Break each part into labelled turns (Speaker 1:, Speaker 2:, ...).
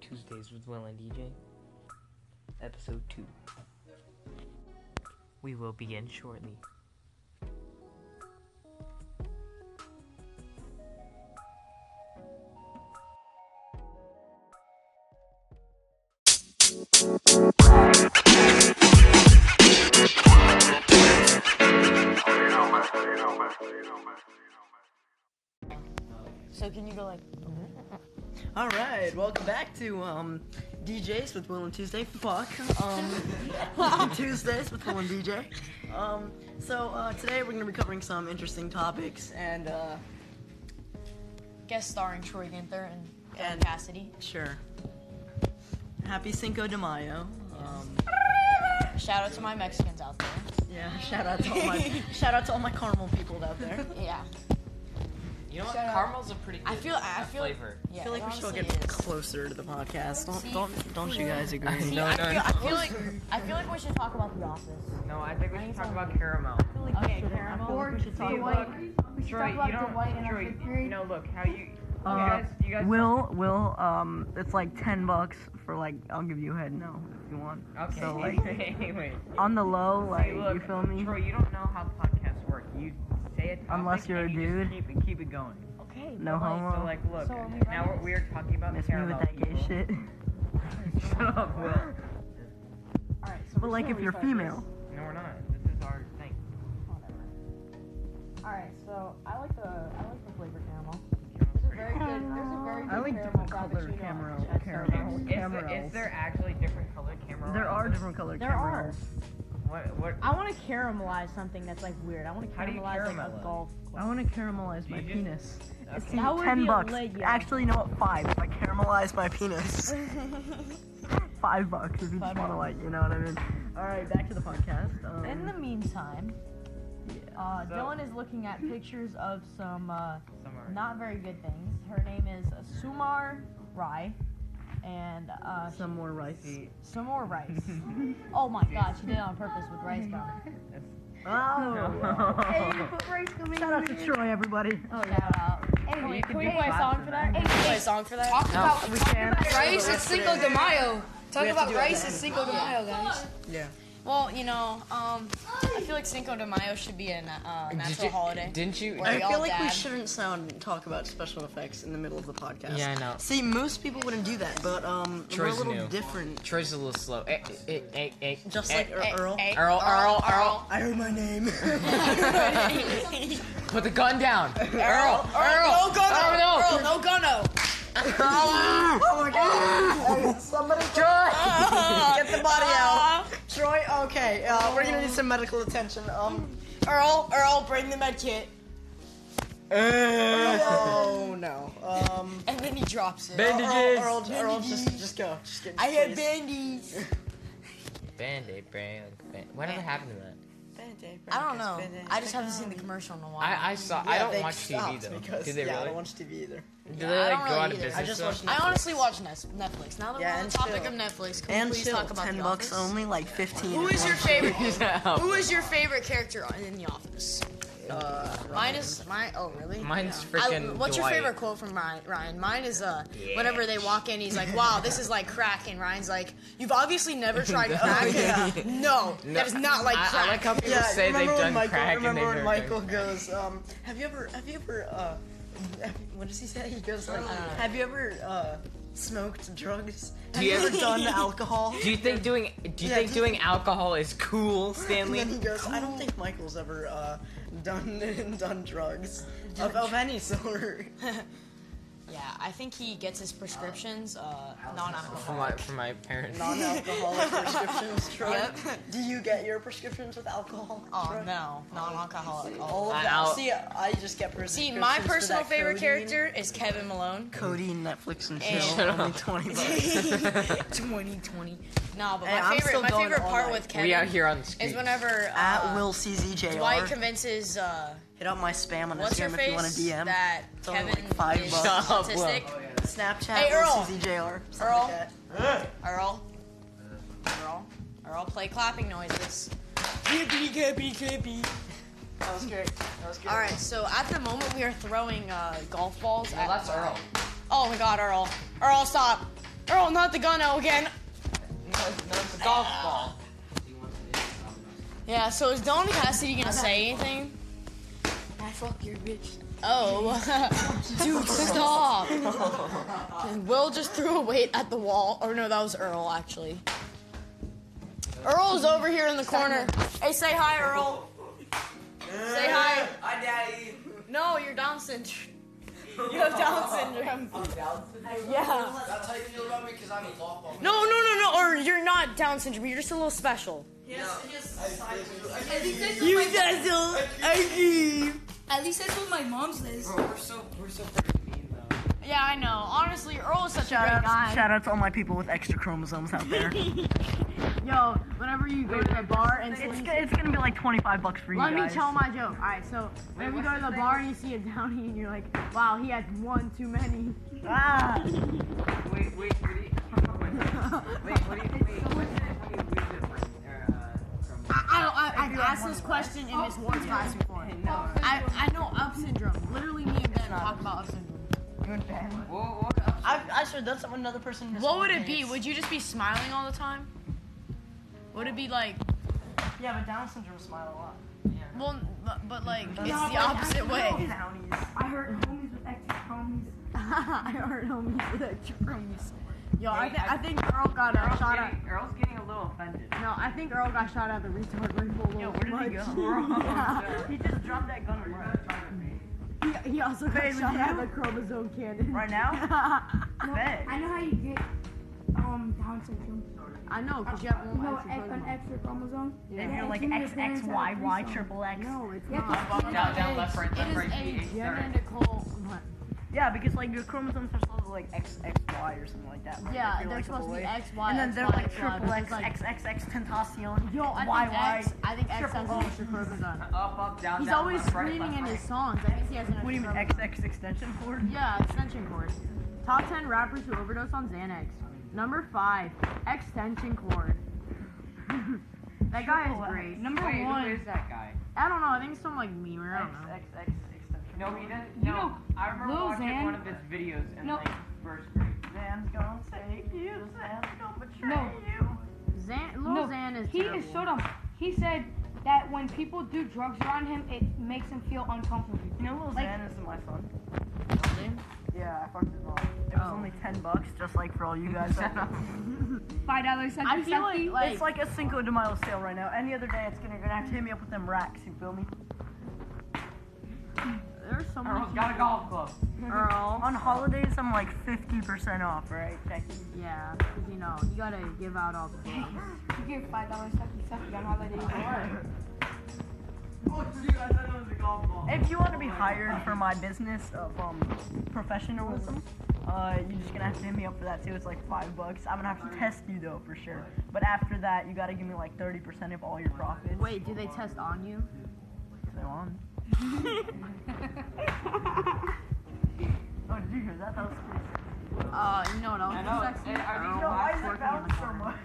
Speaker 1: Tuesdays with Will and DJ, episode 2. We will begin shortly.
Speaker 2: So can you go like? All right, welcome back to um, DJs with Will and Tuesday. Fuck, um, Tuesdays with Will and DJ. Um, so uh, today we're gonna be covering some interesting topics, and uh,
Speaker 3: guest starring Troy Ginther and,
Speaker 2: And-
Speaker 3: and Cassidy.
Speaker 2: sure. Happy Cinco de Mayo. Um,
Speaker 3: Shout out to my Mexicans out there.
Speaker 2: yeah, shout out to all my shout out to all my caramel people out there.
Speaker 3: Yeah,
Speaker 4: You know what?
Speaker 3: Shout out.
Speaker 4: Caramel's a pretty good
Speaker 3: I feel. I
Speaker 4: uh,
Speaker 3: feel.
Speaker 4: flavor.
Speaker 3: Yeah,
Speaker 2: I feel like we should all
Speaker 3: honestly
Speaker 2: get
Speaker 3: is.
Speaker 2: closer to the podcast. Don't
Speaker 3: See?
Speaker 2: don't don't you guys agree?
Speaker 3: See,
Speaker 4: No,
Speaker 3: I,
Speaker 4: no,
Speaker 3: feel,
Speaker 4: no.
Speaker 3: I feel like I feel like we should talk about the office.
Speaker 4: No, I think we should talk about caramel.
Speaker 3: Okay, caramel. Or just
Speaker 4: See, look, Troy, you don't. Troy, you know, look how you. you
Speaker 2: Uh,
Speaker 4: guys, you guys.
Speaker 2: Will, Will, um, it's like ten bucks for like I'll give you a head no if you want.
Speaker 4: Okay.
Speaker 2: So like
Speaker 4: anyway,
Speaker 2: on the low, like
Speaker 4: see, look,
Speaker 2: you feel me?
Speaker 4: Troy, you don't know how podcasts work. You say it.
Speaker 2: Unless you're a dude.
Speaker 4: Keep it, keep it going.
Speaker 3: Okay.
Speaker 2: No
Speaker 4: So
Speaker 2: homo.
Speaker 4: like, look.
Speaker 3: So are we
Speaker 4: now we're,
Speaker 3: right?
Speaker 4: we're talking about
Speaker 2: Miss me
Speaker 4: caramel.
Speaker 2: with that gay
Speaker 4: people.
Speaker 2: shit.
Speaker 4: Shut up, Will.
Speaker 3: All right. So
Speaker 2: But like if you're female,
Speaker 4: No, we're not. This is our thing.
Speaker 3: All right. So I like the I like the flavor caramel.
Speaker 4: Caramel's
Speaker 3: There's
Speaker 4: pretty
Speaker 3: a very good. There's a very good
Speaker 2: I like
Speaker 3: caramel
Speaker 2: different color
Speaker 3: frappuccino
Speaker 2: caramel-
Speaker 3: at Starbucks.
Speaker 2: caramel.
Speaker 4: good. Is, there, is there actually different colored caramel?
Speaker 2: there are
Speaker 4: rolls?
Speaker 2: different colored
Speaker 5: There are.
Speaker 2: caramels.
Speaker 4: What? What?
Speaker 5: I want to caramelize something that's like weird. I want to
Speaker 4: How do you
Speaker 5: caramelize like a
Speaker 4: caramelize?
Speaker 5: golf
Speaker 2: I
Speaker 5: club.
Speaker 2: want to caramelize my
Speaker 4: You just-
Speaker 2: penis.
Speaker 4: okay.
Speaker 5: That would
Speaker 2: Ten
Speaker 5: be a
Speaker 2: bucks.
Speaker 5: leg, yeah.
Speaker 2: Actually, no, what? Five. If I caramelize my penis. Five bucks if you just want to like, you know what I mean? All right, back to the podcast. Um,
Speaker 5: In the meantime, uh,
Speaker 4: So-
Speaker 5: Dylan is looking at pictures of some uh,
Speaker 4: Some are.
Speaker 5: not very good things. Her name is uh, Sumar Rai, and uh,
Speaker 2: some more rice.
Speaker 4: See,
Speaker 5: some more rice. oh my God, she did it on purpose with rice gum.
Speaker 4: it's-
Speaker 2: Oh.
Speaker 6: Hey, you put rice gum in
Speaker 2: Shout out
Speaker 6: here.
Speaker 2: to Troy, everybody.
Speaker 5: Shout out.
Speaker 6: Hey,
Speaker 4: You can
Speaker 6: hey,
Speaker 4: do
Speaker 6: hey,
Speaker 4: claps
Speaker 5: song
Speaker 4: in
Speaker 5: for
Speaker 4: that.
Speaker 5: that?
Speaker 3: Play a song for that.
Speaker 7: Talk about
Speaker 2: We can't.
Speaker 7: rice, it's Cinco de Mayo. Talk
Speaker 2: have to
Speaker 7: about
Speaker 2: do it
Speaker 7: rice,
Speaker 2: then.
Speaker 7: it's Cinco de Mayo, guys.
Speaker 2: Yeah.
Speaker 3: Well, you know, um, I feel like Cinco de Mayo should be a na- uh,
Speaker 4: Did
Speaker 3: natural
Speaker 4: you-
Speaker 3: holiday.
Speaker 4: Didn't you?
Speaker 3: Where
Speaker 2: I
Speaker 3: we
Speaker 2: feel
Speaker 3: all
Speaker 2: like we
Speaker 3: dab.
Speaker 2: shouldn't sound talk about special effects in the middle of the podcast.
Speaker 4: Yeah, I know.
Speaker 2: See, most people wouldn't do that, but um, we're a
Speaker 4: Troy's
Speaker 2: little
Speaker 4: new.
Speaker 2: different.
Speaker 4: Troy's a little slow. Eh, eh, eh, eh, eh,
Speaker 2: Just
Speaker 4: eh.
Speaker 2: like Ear-
Speaker 3: Eh,
Speaker 2: Earl.
Speaker 3: eh,
Speaker 4: Earl, Earl, Earl,
Speaker 2: I heard my name.
Speaker 4: put the gun down. Earl, Earl,
Speaker 3: Earl, no
Speaker 4: Earl,
Speaker 3: gunno.
Speaker 4: no.
Speaker 3: Earl, no gunno.
Speaker 2: oh my god! Hey, somebody, Troy, get the body
Speaker 3: Ah.
Speaker 2: out. Troy, okay, uh, we're gonna need some medical attention. Um,
Speaker 3: Earl, Earl, bring the med kit.
Speaker 2: oh no. Um,
Speaker 3: And then he drops
Speaker 2: Earl,
Speaker 3: it.
Speaker 4: Bandages.
Speaker 2: Earl, Earl, Earl, just, just go. Just get,
Speaker 3: I had
Speaker 2: please.
Speaker 3: bandies.
Speaker 4: Band-aid, brand. band- What did happen to that?
Speaker 3: I don't know. I just haven't seen the commercial in a while.
Speaker 4: I, I saw.
Speaker 2: Yeah,
Speaker 4: I don't
Speaker 2: they
Speaker 4: watch
Speaker 2: stopped
Speaker 4: TV though.
Speaker 2: Because,
Speaker 4: Did they
Speaker 2: yeah, I
Speaker 4: really?
Speaker 2: don't watch TV either.
Speaker 4: Did
Speaker 3: Yeah,
Speaker 4: they
Speaker 3: I
Speaker 4: like
Speaker 3: don't
Speaker 4: go
Speaker 3: really
Speaker 4: out of
Speaker 3: either. I
Speaker 4: business?
Speaker 2: I just
Speaker 4: though?
Speaker 2: watched.
Speaker 3: I honestly watch Nes- Netflix. Now that
Speaker 2: Yeah,
Speaker 3: we're on
Speaker 2: and
Speaker 3: the topic
Speaker 2: chill.
Speaker 3: of Netflix, can
Speaker 2: and
Speaker 3: we please
Speaker 2: chill,
Speaker 3: talk about
Speaker 2: ten
Speaker 3: the
Speaker 2: bucks
Speaker 3: office?
Speaker 2: only, like fifteen.
Speaker 3: Who is your favorite?
Speaker 4: Yeah.
Speaker 3: Who is your favorite character on- in The Office?
Speaker 2: Uh,
Speaker 3: Mine is mine. Oh, really?
Speaker 4: Mine's
Speaker 3: I-
Speaker 4: freaking.
Speaker 3: what's your
Speaker 4: Dwight.
Speaker 3: favorite quote from Ryan? Ryan? Mine is uh, whenever they walk in, he's like, "Wow, this is like crack," and Ryan's like, "You've obviously never tried crack. no, that is not like
Speaker 4: I,
Speaker 3: crack."
Speaker 4: I like how people
Speaker 2: yeah,
Speaker 4: say they've
Speaker 2: remember when
Speaker 4: done
Speaker 2: Michael,
Speaker 4: crack and
Speaker 2: remember
Speaker 4: they've
Speaker 2: when
Speaker 4: never
Speaker 2: Michael
Speaker 4: done.
Speaker 2: goes, um, have you ever, have you ever, uh, what does he say? He goes like, have you ever, uh, smoked drugs? Have you
Speaker 4: you
Speaker 2: ever
Speaker 4: ever-
Speaker 2: done alcohol?
Speaker 4: Do you think doing? Do you
Speaker 2: Yeah,
Speaker 4: think
Speaker 2: just-
Speaker 4: doing alcohol is cool,
Speaker 2: And
Speaker 4: Stanley?
Speaker 2: then he goes, I don't think Michael's ever, uh, done, done drugs of, of any sort.
Speaker 3: yeah, I think he gets his prescriptions uh, non-alcoholic.
Speaker 4: From my, from my parents.
Speaker 2: Non-alcoholic prescriptions, drugs.
Speaker 3: Yep.
Speaker 2: Do you get your prescriptions with alcohol?
Speaker 3: Oh
Speaker 2: Troy?
Speaker 3: no, non-alcoholic. Oh.
Speaker 2: All of
Speaker 4: I-
Speaker 2: that.
Speaker 4: I'll-
Speaker 2: See, I just get
Speaker 3: See,
Speaker 2: prescriptions
Speaker 3: my
Speaker 2: for
Speaker 3: personal
Speaker 2: that
Speaker 3: favorite
Speaker 2: codeine.
Speaker 3: character is Kevin Malone.
Speaker 2: Codeine, Netflix, and
Speaker 3: And-
Speaker 2: chill. Only twenty bucks.
Speaker 3: 2020. Nah, but
Speaker 2: Hey,
Speaker 3: my
Speaker 2: I'm still
Speaker 3: favorite, my
Speaker 2: going
Speaker 3: favorite
Speaker 2: all
Speaker 3: part
Speaker 2: night.
Speaker 3: with Kevin
Speaker 4: We out here on the street.
Speaker 3: is whenever
Speaker 2: At
Speaker 3: uh,
Speaker 2: Will CZJR.
Speaker 3: Dwight convinces uh,
Speaker 2: Hit up my spam on
Speaker 3: what's her
Speaker 2: Instagram if you want
Speaker 3: face
Speaker 2: to DM.
Speaker 3: that
Speaker 2: only
Speaker 3: Kevin
Speaker 2: like five
Speaker 3: is
Speaker 2: bucks.
Speaker 4: Shut up, Will.
Speaker 3: autistic.
Speaker 2: Snapchat
Speaker 3: Hey,
Speaker 2: Will
Speaker 3: Earl.
Speaker 2: CZJR. something
Speaker 3: Earl.
Speaker 2: like that.
Speaker 3: Earl. Earl. Earl, play clapping noises. Yippee, yippee, yippee.
Speaker 2: That was great. That was great.
Speaker 3: All right, so at the moment we are throwing uh, golf balls.
Speaker 4: Well,
Speaker 3: at,
Speaker 4: that's Earl.
Speaker 3: Oh my God, Earl! Earl, stop!
Speaker 8: Oh, not the gun out again.
Speaker 9: No, it's, no, it's a golf ball.
Speaker 8: Yeah, so is Don Cassidy gonna say anything?
Speaker 10: I fuck your bitch.
Speaker 8: Oh. Dude, stop. Will just threw a weight at the wall. Or no, that was Earl, actually. Earl's over here in the corner. Hey, say hi, Earl. Say hi.
Speaker 9: Hi, Daddy.
Speaker 8: No, you're Down syndrome. You have Down syndrome. Yeah.
Speaker 11: That's how you feel about me because I'm a golf ball.
Speaker 8: No, no, no, no. Or you're not Down syndrome. You're just a little special.
Speaker 10: At least that's what
Speaker 2: You
Speaker 10: my,
Speaker 2: guys are ugly.
Speaker 10: at least that's what my mom says.
Speaker 11: Bro, we're so we're so freaking mean though.
Speaker 8: Yeah, I know. Honestly, Earl is such a great guy.
Speaker 2: Shout out to all my people with extra chromosomes out there.
Speaker 3: Yo, whenever you go to the bar and
Speaker 2: it's,
Speaker 3: see.
Speaker 2: go- it's gonna be like 25 bucks for you
Speaker 3: Let
Speaker 2: guys.
Speaker 3: me tell my joke. Alright, so whenever you go to the bar and you see a downy and you're like, wow, he had one too many.
Speaker 2: Ah.
Speaker 9: Wait, wait, what do you? wait, what do you? Wait, what did you use it from? Uh,
Speaker 3: I don't, I, I've asked this question in this Ward's class before.
Speaker 9: from no.
Speaker 3: I, I know up syndrome. Literally, me and Ben talk about up syndrome.
Speaker 9: What, what else?
Speaker 2: I've, I should have done something another person. just
Speaker 8: What would it
Speaker 2: wants.
Speaker 8: be? Would you just be smiling all the time? Would it be like,
Speaker 2: Yeah, but Down syndrome smile a lot.
Speaker 8: well, but, but like, it's the opposite way.
Speaker 12: I heard homies with extra homies.
Speaker 3: I heard homies with extra chromies. Yo, I, th- I think Earl got uh,
Speaker 9: Earl's
Speaker 3: shot at.
Speaker 9: getting, Earl's getting a little offended.
Speaker 3: No, I think Earl got shot at the retard rifle. a
Speaker 9: Yo,
Speaker 3: little
Speaker 9: where did he
Speaker 3: much.
Speaker 9: go?
Speaker 3: Yeah.
Speaker 2: He just dropped that gun right,
Speaker 3: he, he also got
Speaker 2: Babe, was
Speaker 3: shot
Speaker 2: it
Speaker 3: at
Speaker 2: you?
Speaker 3: the chromosome cannon.
Speaker 2: right now.
Speaker 12: No,
Speaker 2: Bet.
Speaker 12: I know how you get um Down syndrome.
Speaker 3: I know, cause you have
Speaker 12: You know,
Speaker 3: one
Speaker 12: an
Speaker 3: extra
Speaker 12: ex- an extra
Speaker 3: chromosome.
Speaker 12: chromosome.
Speaker 2: If
Speaker 12: Yeah,
Speaker 2: you're
Speaker 12: and
Speaker 2: like
Speaker 12: two of your parents have a
Speaker 2: XXYY
Speaker 12: threesome.
Speaker 2: triple X.
Speaker 3: No, it's
Speaker 12: Yeah,
Speaker 3: not.
Speaker 12: cause-
Speaker 9: Down, down, left, right,
Speaker 3: It
Speaker 9: left,
Speaker 3: is
Speaker 9: right,
Speaker 3: a
Speaker 9: B, third.
Speaker 3: genetical.
Speaker 2: Yeah, because like your chromosomes are supposed to like XXY or something like that. Right?
Speaker 3: Yeah,
Speaker 2: If you're,
Speaker 3: they're
Speaker 2: like, a
Speaker 3: supposed to be
Speaker 2: boy.
Speaker 3: X, Y,
Speaker 2: And then they're
Speaker 3: XY,
Speaker 2: like
Speaker 3: XY,
Speaker 2: triple
Speaker 3: but
Speaker 2: X,
Speaker 3: it's like-
Speaker 2: XXX tentacion.
Speaker 3: Yo, I think
Speaker 2: YY.
Speaker 3: X. I think X has
Speaker 2: triple
Speaker 3: an
Speaker 2: O.
Speaker 3: extra chromosome.
Speaker 9: Up, up, down,
Speaker 3: He's
Speaker 9: down,
Speaker 3: always
Speaker 9: left, right,
Speaker 3: screaming
Speaker 9: left,
Speaker 3: in
Speaker 9: right.
Speaker 3: his songs. I guess he has an
Speaker 2: What do you mean
Speaker 3: extra
Speaker 2: XX extension cord?
Speaker 3: chromosome. Yeah, extension cord. Top 10 rappers who overdose on Xanax. Number 5, extension cord. that guy is great.
Speaker 9: Number Wait, Who is that guy?
Speaker 3: I don't know, I think some like memer, I don't know.
Speaker 2: XXX extension.
Speaker 9: No, he doesn't. No, I remember
Speaker 10: Lil
Speaker 9: watching
Speaker 10: Xan-
Speaker 9: one of his videos in
Speaker 10: No.
Speaker 9: like first grade.
Speaker 2: Zan's gonna take you. Zan's gonna betray
Speaker 10: No.
Speaker 2: you.
Speaker 3: Xan, Lil
Speaker 10: No,
Speaker 3: Xan is
Speaker 10: he
Speaker 3: terrible.
Speaker 10: is so dumb. He said that when people do drugs around him, it makes him feel uncomfortable.
Speaker 2: You know Lil
Speaker 10: Like-
Speaker 2: Xan is my son. Yeah, I fucked his mom. It was
Speaker 3: Oh.
Speaker 2: only ten bucks, just like for all you guys. out there.
Speaker 10: Five dollars.
Speaker 3: I feel like, like
Speaker 2: it's like a Cinco de Mayo sale right now. Any other day, it's gonna, you're gonna have to hit me up with them racks. You feel me?
Speaker 3: there's so many
Speaker 9: Earl's got a golf club.
Speaker 3: people- Earl.
Speaker 2: On holidays, I'm like 50% off, right? Check.
Speaker 3: Yeah, because you know, you gotta give out all the
Speaker 10: you get five dollars sucky sucky on holidays.
Speaker 9: Oh, dude, I thought it was a golf ball.
Speaker 2: If you want to be hired for my business of um, professionalism, uh, you're just gonna have to hit me up for that too. It's like five bucks. I'm gonna have to test you though for sure. But after that, you gotta give me like 30% of all your profits.
Speaker 3: Wait, do they test on you?
Speaker 2: So um, on. oh, did you hear that? That was pretty.
Speaker 3: Uh, you know what else
Speaker 9: I
Speaker 3: is
Speaker 9: know.
Speaker 3: sexy? Oh,
Speaker 9: And are these
Speaker 3: Earl
Speaker 2: Yo, why is it
Speaker 3: twerking on the
Speaker 2: bounce so
Speaker 3: corner.
Speaker 2: much?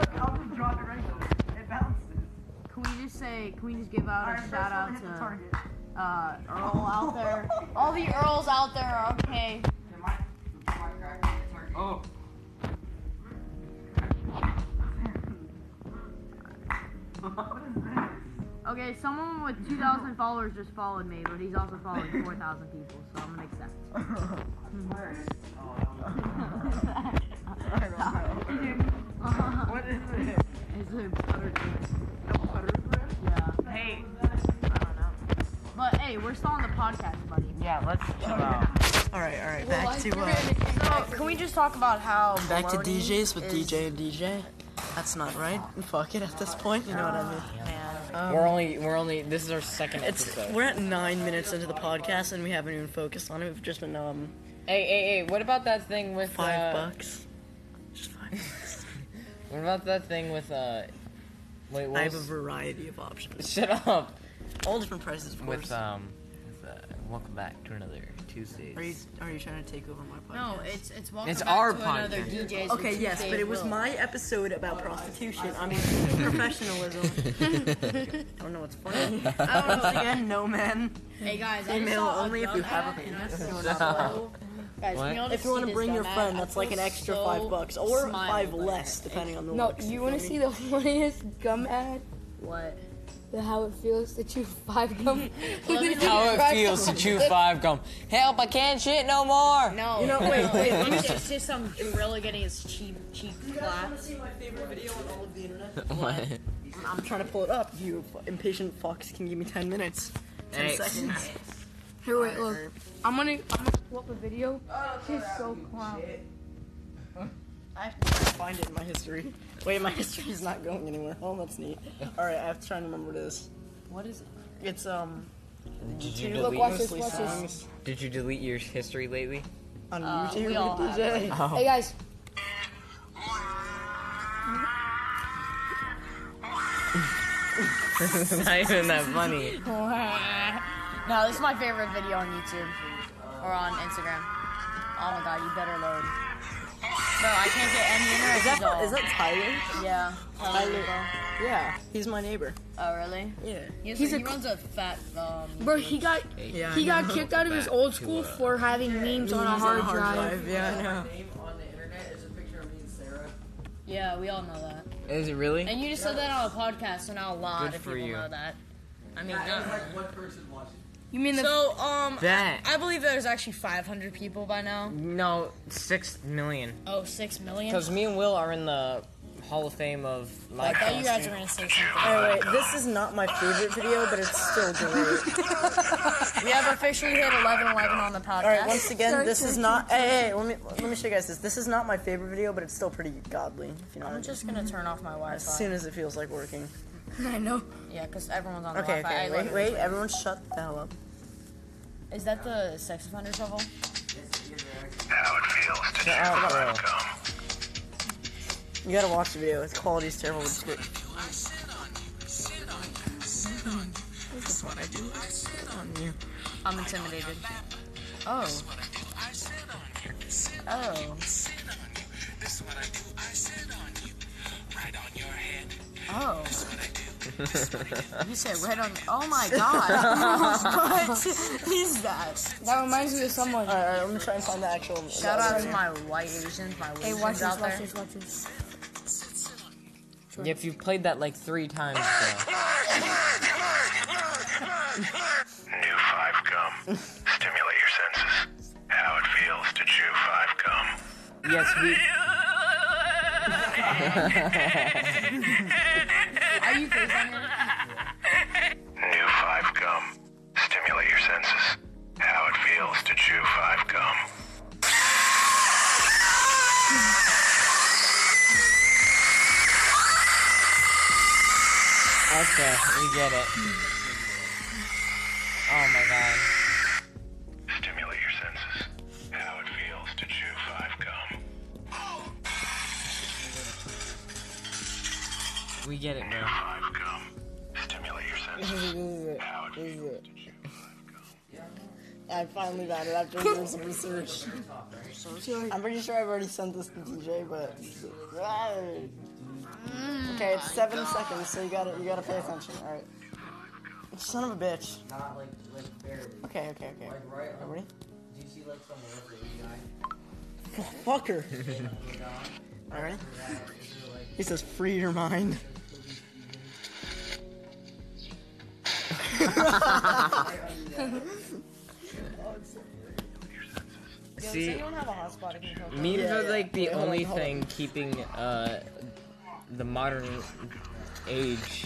Speaker 2: look, look, I'll just drop it right there. It bounces.
Speaker 3: Can we just say, can we just give out a
Speaker 2: Alright, first
Speaker 3: shout
Speaker 2: one
Speaker 3: out
Speaker 2: hit the
Speaker 3: to
Speaker 2: target.
Speaker 3: uh, Earl out there? All the Earls out there are okay.
Speaker 9: Oh.
Speaker 3: Okay, someone with 2,000 followers just followed me, but he's also following 4,000 people, so I'm gonna accept.
Speaker 2: I don't know. what is it?
Speaker 3: It's a butter Yeah,
Speaker 2: Hey.
Speaker 3: I don't know. But hey, we're still on the podcast, buddy.
Speaker 2: Yeah, let's chill out. Alright, alright, back to uh,
Speaker 8: So, can we just talk about how
Speaker 2: back to
Speaker 8: baloney
Speaker 2: DJs with
Speaker 8: is-
Speaker 2: DJ and DJ. That's not right. Fuck it at this point, you know what I mean.
Speaker 4: we're only, we're only. This is our second
Speaker 2: It's
Speaker 4: episode.
Speaker 2: we're at nine minutes into the podcast and we haven't even focused on it. We've just been um
Speaker 4: Hey, hey, hey! What about that thing with
Speaker 2: five
Speaker 4: uh,
Speaker 2: bucks. Just five bucks.
Speaker 4: What about that thing with uh? Wait,
Speaker 2: I
Speaker 4: what?
Speaker 2: have a
Speaker 4: Was,
Speaker 2: variety of options.
Speaker 4: shut up.
Speaker 2: All different prices of course.
Speaker 4: With um, with, uh, welcome back to another Tuesdays.
Speaker 2: Are you are you trying to take over my podcast?
Speaker 8: No, it's it's welcome
Speaker 4: It's
Speaker 8: back
Speaker 4: our
Speaker 8: to another
Speaker 4: podcast.
Speaker 8: DJs. with
Speaker 2: Okay, yes,
Speaker 8: DJ
Speaker 2: but it was
Speaker 8: Will.
Speaker 2: my episode about prostitution. I mean, professionalism. I don't know what's funny. I don't know. Again, no man.
Speaker 8: Hey guys, I just
Speaker 2: Email
Speaker 8: saw a
Speaker 2: only if you have a
Speaker 8: dumbass, and I
Speaker 2: penis.
Speaker 8: saw-
Speaker 4: Shut up.
Speaker 3: Guys,
Speaker 4: What?
Speaker 3: we all
Speaker 2: If
Speaker 3: just
Speaker 2: you want to
Speaker 3: see this
Speaker 2: bring your
Speaker 3: dumbass,
Speaker 2: friend,
Speaker 3: I
Speaker 2: that's like an
Speaker 3: feel
Speaker 2: extra
Speaker 3: so
Speaker 2: five bucks or
Speaker 3: smiled
Speaker 2: five
Speaker 3: by that.
Speaker 2: less, depending on the
Speaker 13: No,
Speaker 2: looks.
Speaker 13: you want to see the funniest gum ad?
Speaker 5: What?
Speaker 13: The how it feels to chew five gum.
Speaker 14: How it feels to chew five gum. Help, I can't shit no more.
Speaker 3: No, you know, wait, wait. Let me just see some gorilla getting his cheek cheek clapped.
Speaker 2: my favorite video on all of the internet?
Speaker 14: What?
Speaker 2: I'm trying to pull it up. You f- impatient fox can give me 10 minutes. 10
Speaker 14: Hey.
Speaker 2: seconds.
Speaker 13: Here, wait, look. I'm gonna, I'm gonna pull up a video.
Speaker 2: Oh,
Speaker 13: She's so clown.
Speaker 2: I have to try to find it in my history. Wait, my history is not going anywhere. Oh, that's neat. Alright, I have to try and remember what it is.
Speaker 3: What is it?
Speaker 2: It's, um,
Speaker 14: Did you
Speaker 2: two
Speaker 14: delete?
Speaker 13: watch this,
Speaker 2: mostly
Speaker 13: watch this.
Speaker 2: songs
Speaker 14: Did you delete your history lately?
Speaker 2: on
Speaker 3: Uh, we
Speaker 2: YouTube.
Speaker 3: all have
Speaker 2: DJ.
Speaker 13: Hey guys,
Speaker 14: it's not even that funny.
Speaker 3: no, this is my favorite video on YouTube or on Instagram. Oh my god, you better load. Bro, I can't get any internet.
Speaker 2: Is that,
Speaker 13: Uh-huh.
Speaker 3: at
Speaker 2: is that Tyler?
Speaker 3: all. yeah?
Speaker 13: Uh,
Speaker 3: Tyler.
Speaker 2: Yeah, he's my neighbor.
Speaker 3: Oh really?
Speaker 2: Yeah.
Speaker 3: He's,
Speaker 13: He's
Speaker 3: a,
Speaker 13: a
Speaker 3: he
Speaker 13: cl-
Speaker 3: runs a fat um.
Speaker 13: bro, he got,
Speaker 2: Yeah,
Speaker 13: he
Speaker 2: I
Speaker 13: got
Speaker 2: know.
Speaker 13: kicked out of his
Speaker 14: Back
Speaker 13: old
Speaker 14: to,
Speaker 13: school
Speaker 14: uh,
Speaker 13: for having memes on a
Speaker 2: He's
Speaker 13: hard drive.
Speaker 2: Yeah, I know.
Speaker 11: name on the internet is a picture of me and Sarah.
Speaker 3: Yeah, we all know that.
Speaker 14: Is it really?
Speaker 3: And you just said that on a podcast, so now a lot
Speaker 14: Good
Speaker 3: of
Speaker 14: for
Speaker 3: people
Speaker 14: you.
Speaker 3: know that. I mean,
Speaker 11: Yeah, it was
Speaker 3: not.
Speaker 11: like one person watched it.
Speaker 13: You mean the
Speaker 3: So um,
Speaker 14: That.
Speaker 3: I believe there's actually 500 people by now.
Speaker 14: No, six million.
Speaker 3: Oh, six million.
Speaker 14: Because me and Will are in the Hall of Fame of
Speaker 3: I
Speaker 14: life.
Speaker 3: thought you guys were gonna say something.
Speaker 2: Alright, this is not my favorite video, but it's still great.
Speaker 3: We have officially hit 1111 on the podcast.
Speaker 2: All right, once again, this is not. Hey, hey, let me let me show you guys this. This is not my favorite video, but it's still pretty godly. If you know what I
Speaker 3: I'm
Speaker 2: mean.
Speaker 3: just gonna turn off my Wi-Fi.
Speaker 2: As soon as it feels like working.
Speaker 13: I know.
Speaker 3: yeah, because everyone's on the
Speaker 2: Okay,
Speaker 3: Wi-Fi. I
Speaker 2: okay. Wait,
Speaker 3: literally-
Speaker 2: wait. Everyone, shut the hell up.
Speaker 3: Is that the sex offender shovel?
Speaker 2: You gotta watch the video. Its quality's terrible. but It's great.
Speaker 3: I'm intimidated. Oh. Oh. Oh. You said right on. Oh my god. what is that?
Speaker 13: That reminds me of someone.
Speaker 2: All right, all right. I'm gonna try and find the actual.
Speaker 3: Shout out to my white Asians, my
Speaker 13: Hey,
Speaker 3: Asians
Speaker 13: watch this,
Speaker 3: out
Speaker 13: watch
Speaker 3: there.
Speaker 13: this, watch this.
Speaker 14: If you played that like three times, though.
Speaker 15: New five gum. Stimulate your senses. How it feels to chew five gum.
Speaker 14: Yes, we.
Speaker 3: Are you facing him?
Speaker 15: New five gum. Stimulate your senses. How it feels to chew five gum.
Speaker 14: Okay, we get it. Oh my god.
Speaker 15: Stimulate your senses. How it feels to chew five gum.
Speaker 14: We get it, bro.
Speaker 15: Five gum. Stimulate your senses. How it feels to chew five gum.
Speaker 2: I finally got it after doing some research. I'm pretty sure I've already sent this to DJ, but. Okay, it's seven seconds, so you gotta you gotta pay attention. All right. Son of a bitch.
Speaker 11: Not like, like barely.
Speaker 2: Okay, okay, okay.
Speaker 11: Like right on.
Speaker 2: Ready?
Speaker 11: Do you see like some river guy?
Speaker 2: Fucker. All right. He says, "Free your mind."
Speaker 14: See,
Speaker 3: don't have a hotspot if you poke
Speaker 14: memes
Speaker 2: Yeah,
Speaker 14: are
Speaker 2: yeah.
Speaker 14: like the
Speaker 2: Wait, hold
Speaker 14: only
Speaker 2: on, hold on.
Speaker 14: thing keeping uh the modern age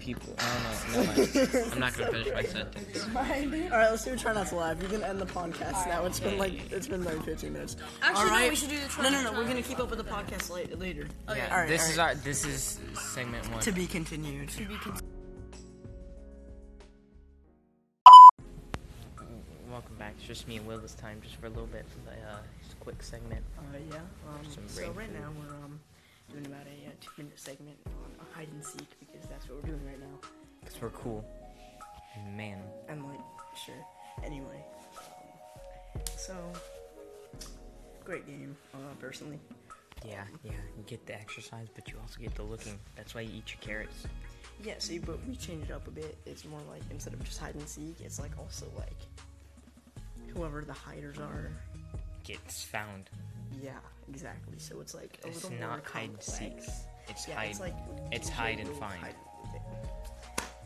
Speaker 14: people. I don't know. Never mind. I'm not gonna finish my sentence.
Speaker 2: All right, let's do a try not to laugh. You can end the podcast now. It's been like it's been like 15 minutes.
Speaker 3: Actually,
Speaker 2: All right.
Speaker 3: no, we should do the try
Speaker 2: No, no,
Speaker 3: not
Speaker 2: no.
Speaker 3: to
Speaker 2: We're
Speaker 3: laugh. Oh,
Speaker 2: gonna keep up with the podcast late, later.
Speaker 14: Yeah,
Speaker 2: All right,
Speaker 14: this
Speaker 2: all
Speaker 14: is
Speaker 2: right.
Speaker 14: our. This is segment one.
Speaker 2: to be continued.
Speaker 4: Welcome back. It's just me and Will this time, just for a little bit for the uh, just a quick segment.
Speaker 2: Uh, yeah. Um,
Speaker 4: Some
Speaker 2: so
Speaker 4: brain
Speaker 2: right now we're um, doing about a uh, two-minute segment on hide and seek because that's what we're doing right now.
Speaker 14: Cause we're cool. Man.
Speaker 2: And like, sure. Anyway, um, so great game. Uh, personally,
Speaker 4: Yeah, yeah. You get the exercise, but you also get the looking. That's why you eat your carrots.
Speaker 2: yeah. See, but we changed it up a bit. It's more like instead of just hide and seek, it's like also like whoever the hiders are
Speaker 4: gets found.
Speaker 2: Yeah, exactly. So it's like a
Speaker 4: It's
Speaker 2: little more
Speaker 4: not hide and
Speaker 2: complex.
Speaker 4: seek. It's
Speaker 2: yeah,
Speaker 4: hide.
Speaker 2: It's, like,
Speaker 4: it's
Speaker 2: DJ
Speaker 4: hide and
Speaker 2: rules
Speaker 4: find.
Speaker 2: hide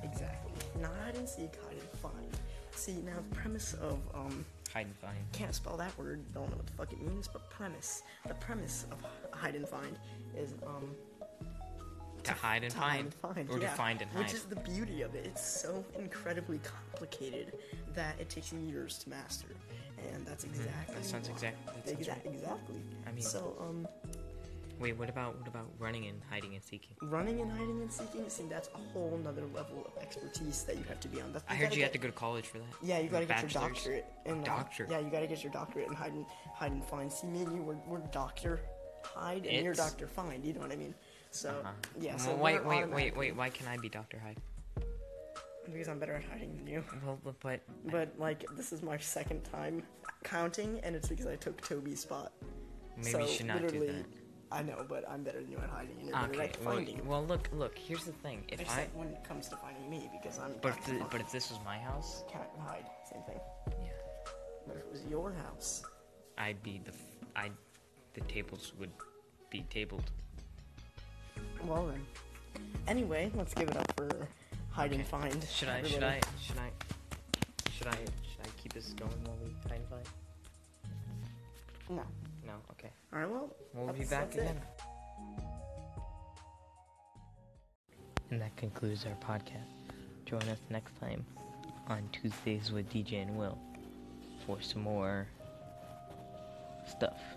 Speaker 2: and- exactly. Not hide and seek. Hide and find. See now the premise of um.
Speaker 4: Hide and find.
Speaker 2: Can't spell that word. Don't know what the fuck it means. But premise. The premise of hide and find is um.
Speaker 4: To hide and
Speaker 2: to
Speaker 4: find.
Speaker 2: hide and find.
Speaker 4: Or
Speaker 2: yeah,
Speaker 4: to find and hide.
Speaker 2: Which is the beauty of it. It's so incredibly complicated that it takes you years to master. And that's exactly.
Speaker 4: Mm-hmm. that sounds
Speaker 2: why-
Speaker 4: exactly- that sounds
Speaker 2: Exa-
Speaker 4: right.
Speaker 2: Exactly.
Speaker 4: I mean-
Speaker 2: So um,
Speaker 4: Wait, what about what about running and hiding and seeking?
Speaker 2: running and hiding and seeking. See, that's a whole nother level of expertise that you have to be on. That's,
Speaker 4: I heard
Speaker 2: gotta
Speaker 4: you
Speaker 2: get-
Speaker 4: had to go to college for that.
Speaker 2: Yeah, you
Speaker 4: Or
Speaker 2: gotta get your
Speaker 4: bachelor's.
Speaker 2: doctorate. And, uh,
Speaker 4: Doctor.
Speaker 2: Yeah, you gotta get your doctorate and hide and hide and find. See, me and you were, we're doctor hide and you're
Speaker 4: It's-
Speaker 2: doctor find. You know what I mean? So
Speaker 4: Uh-huh.
Speaker 2: yeah.
Speaker 4: Well, wait,
Speaker 2: So we're
Speaker 4: wait, wait,
Speaker 2: automatic-
Speaker 4: wait. Why can I be Doctor Hyde?
Speaker 2: Because I'm better at hiding than you.
Speaker 4: Well, but, but
Speaker 2: But like, this is my second time counting, and it's because I took Toby's spot.
Speaker 4: Maybe
Speaker 2: so
Speaker 4: you should not do
Speaker 2: literally,
Speaker 4: that.
Speaker 2: I know, but I'm better than you at hiding, and you're better
Speaker 4: okay.
Speaker 2: at
Speaker 4: Well,
Speaker 2: finding.
Speaker 4: well, look, look. Here's the thing. If I,
Speaker 2: Except when it comes to finding me, because I'm.
Speaker 4: but if the, but if this was my house,
Speaker 2: can't hide. Same thing. Yeah. But if it was your house,
Speaker 4: I'd be the, f- I'd, the tables would be tabled.
Speaker 2: well then. Anyway, let's give it up for hide and find.
Speaker 4: Should I? Should I?
Speaker 2: everybody.
Speaker 4: Should I? Should I? Should I keep this going while we hide and find?
Speaker 2: No.
Speaker 4: No. Okay.
Speaker 2: All right. Well.
Speaker 4: We'll be
Speaker 2: that's-
Speaker 4: back
Speaker 2: that's it.
Speaker 4: again. And that concludes our podcast. Join us next time on Tuesdays with DJ and Will for some more stuff.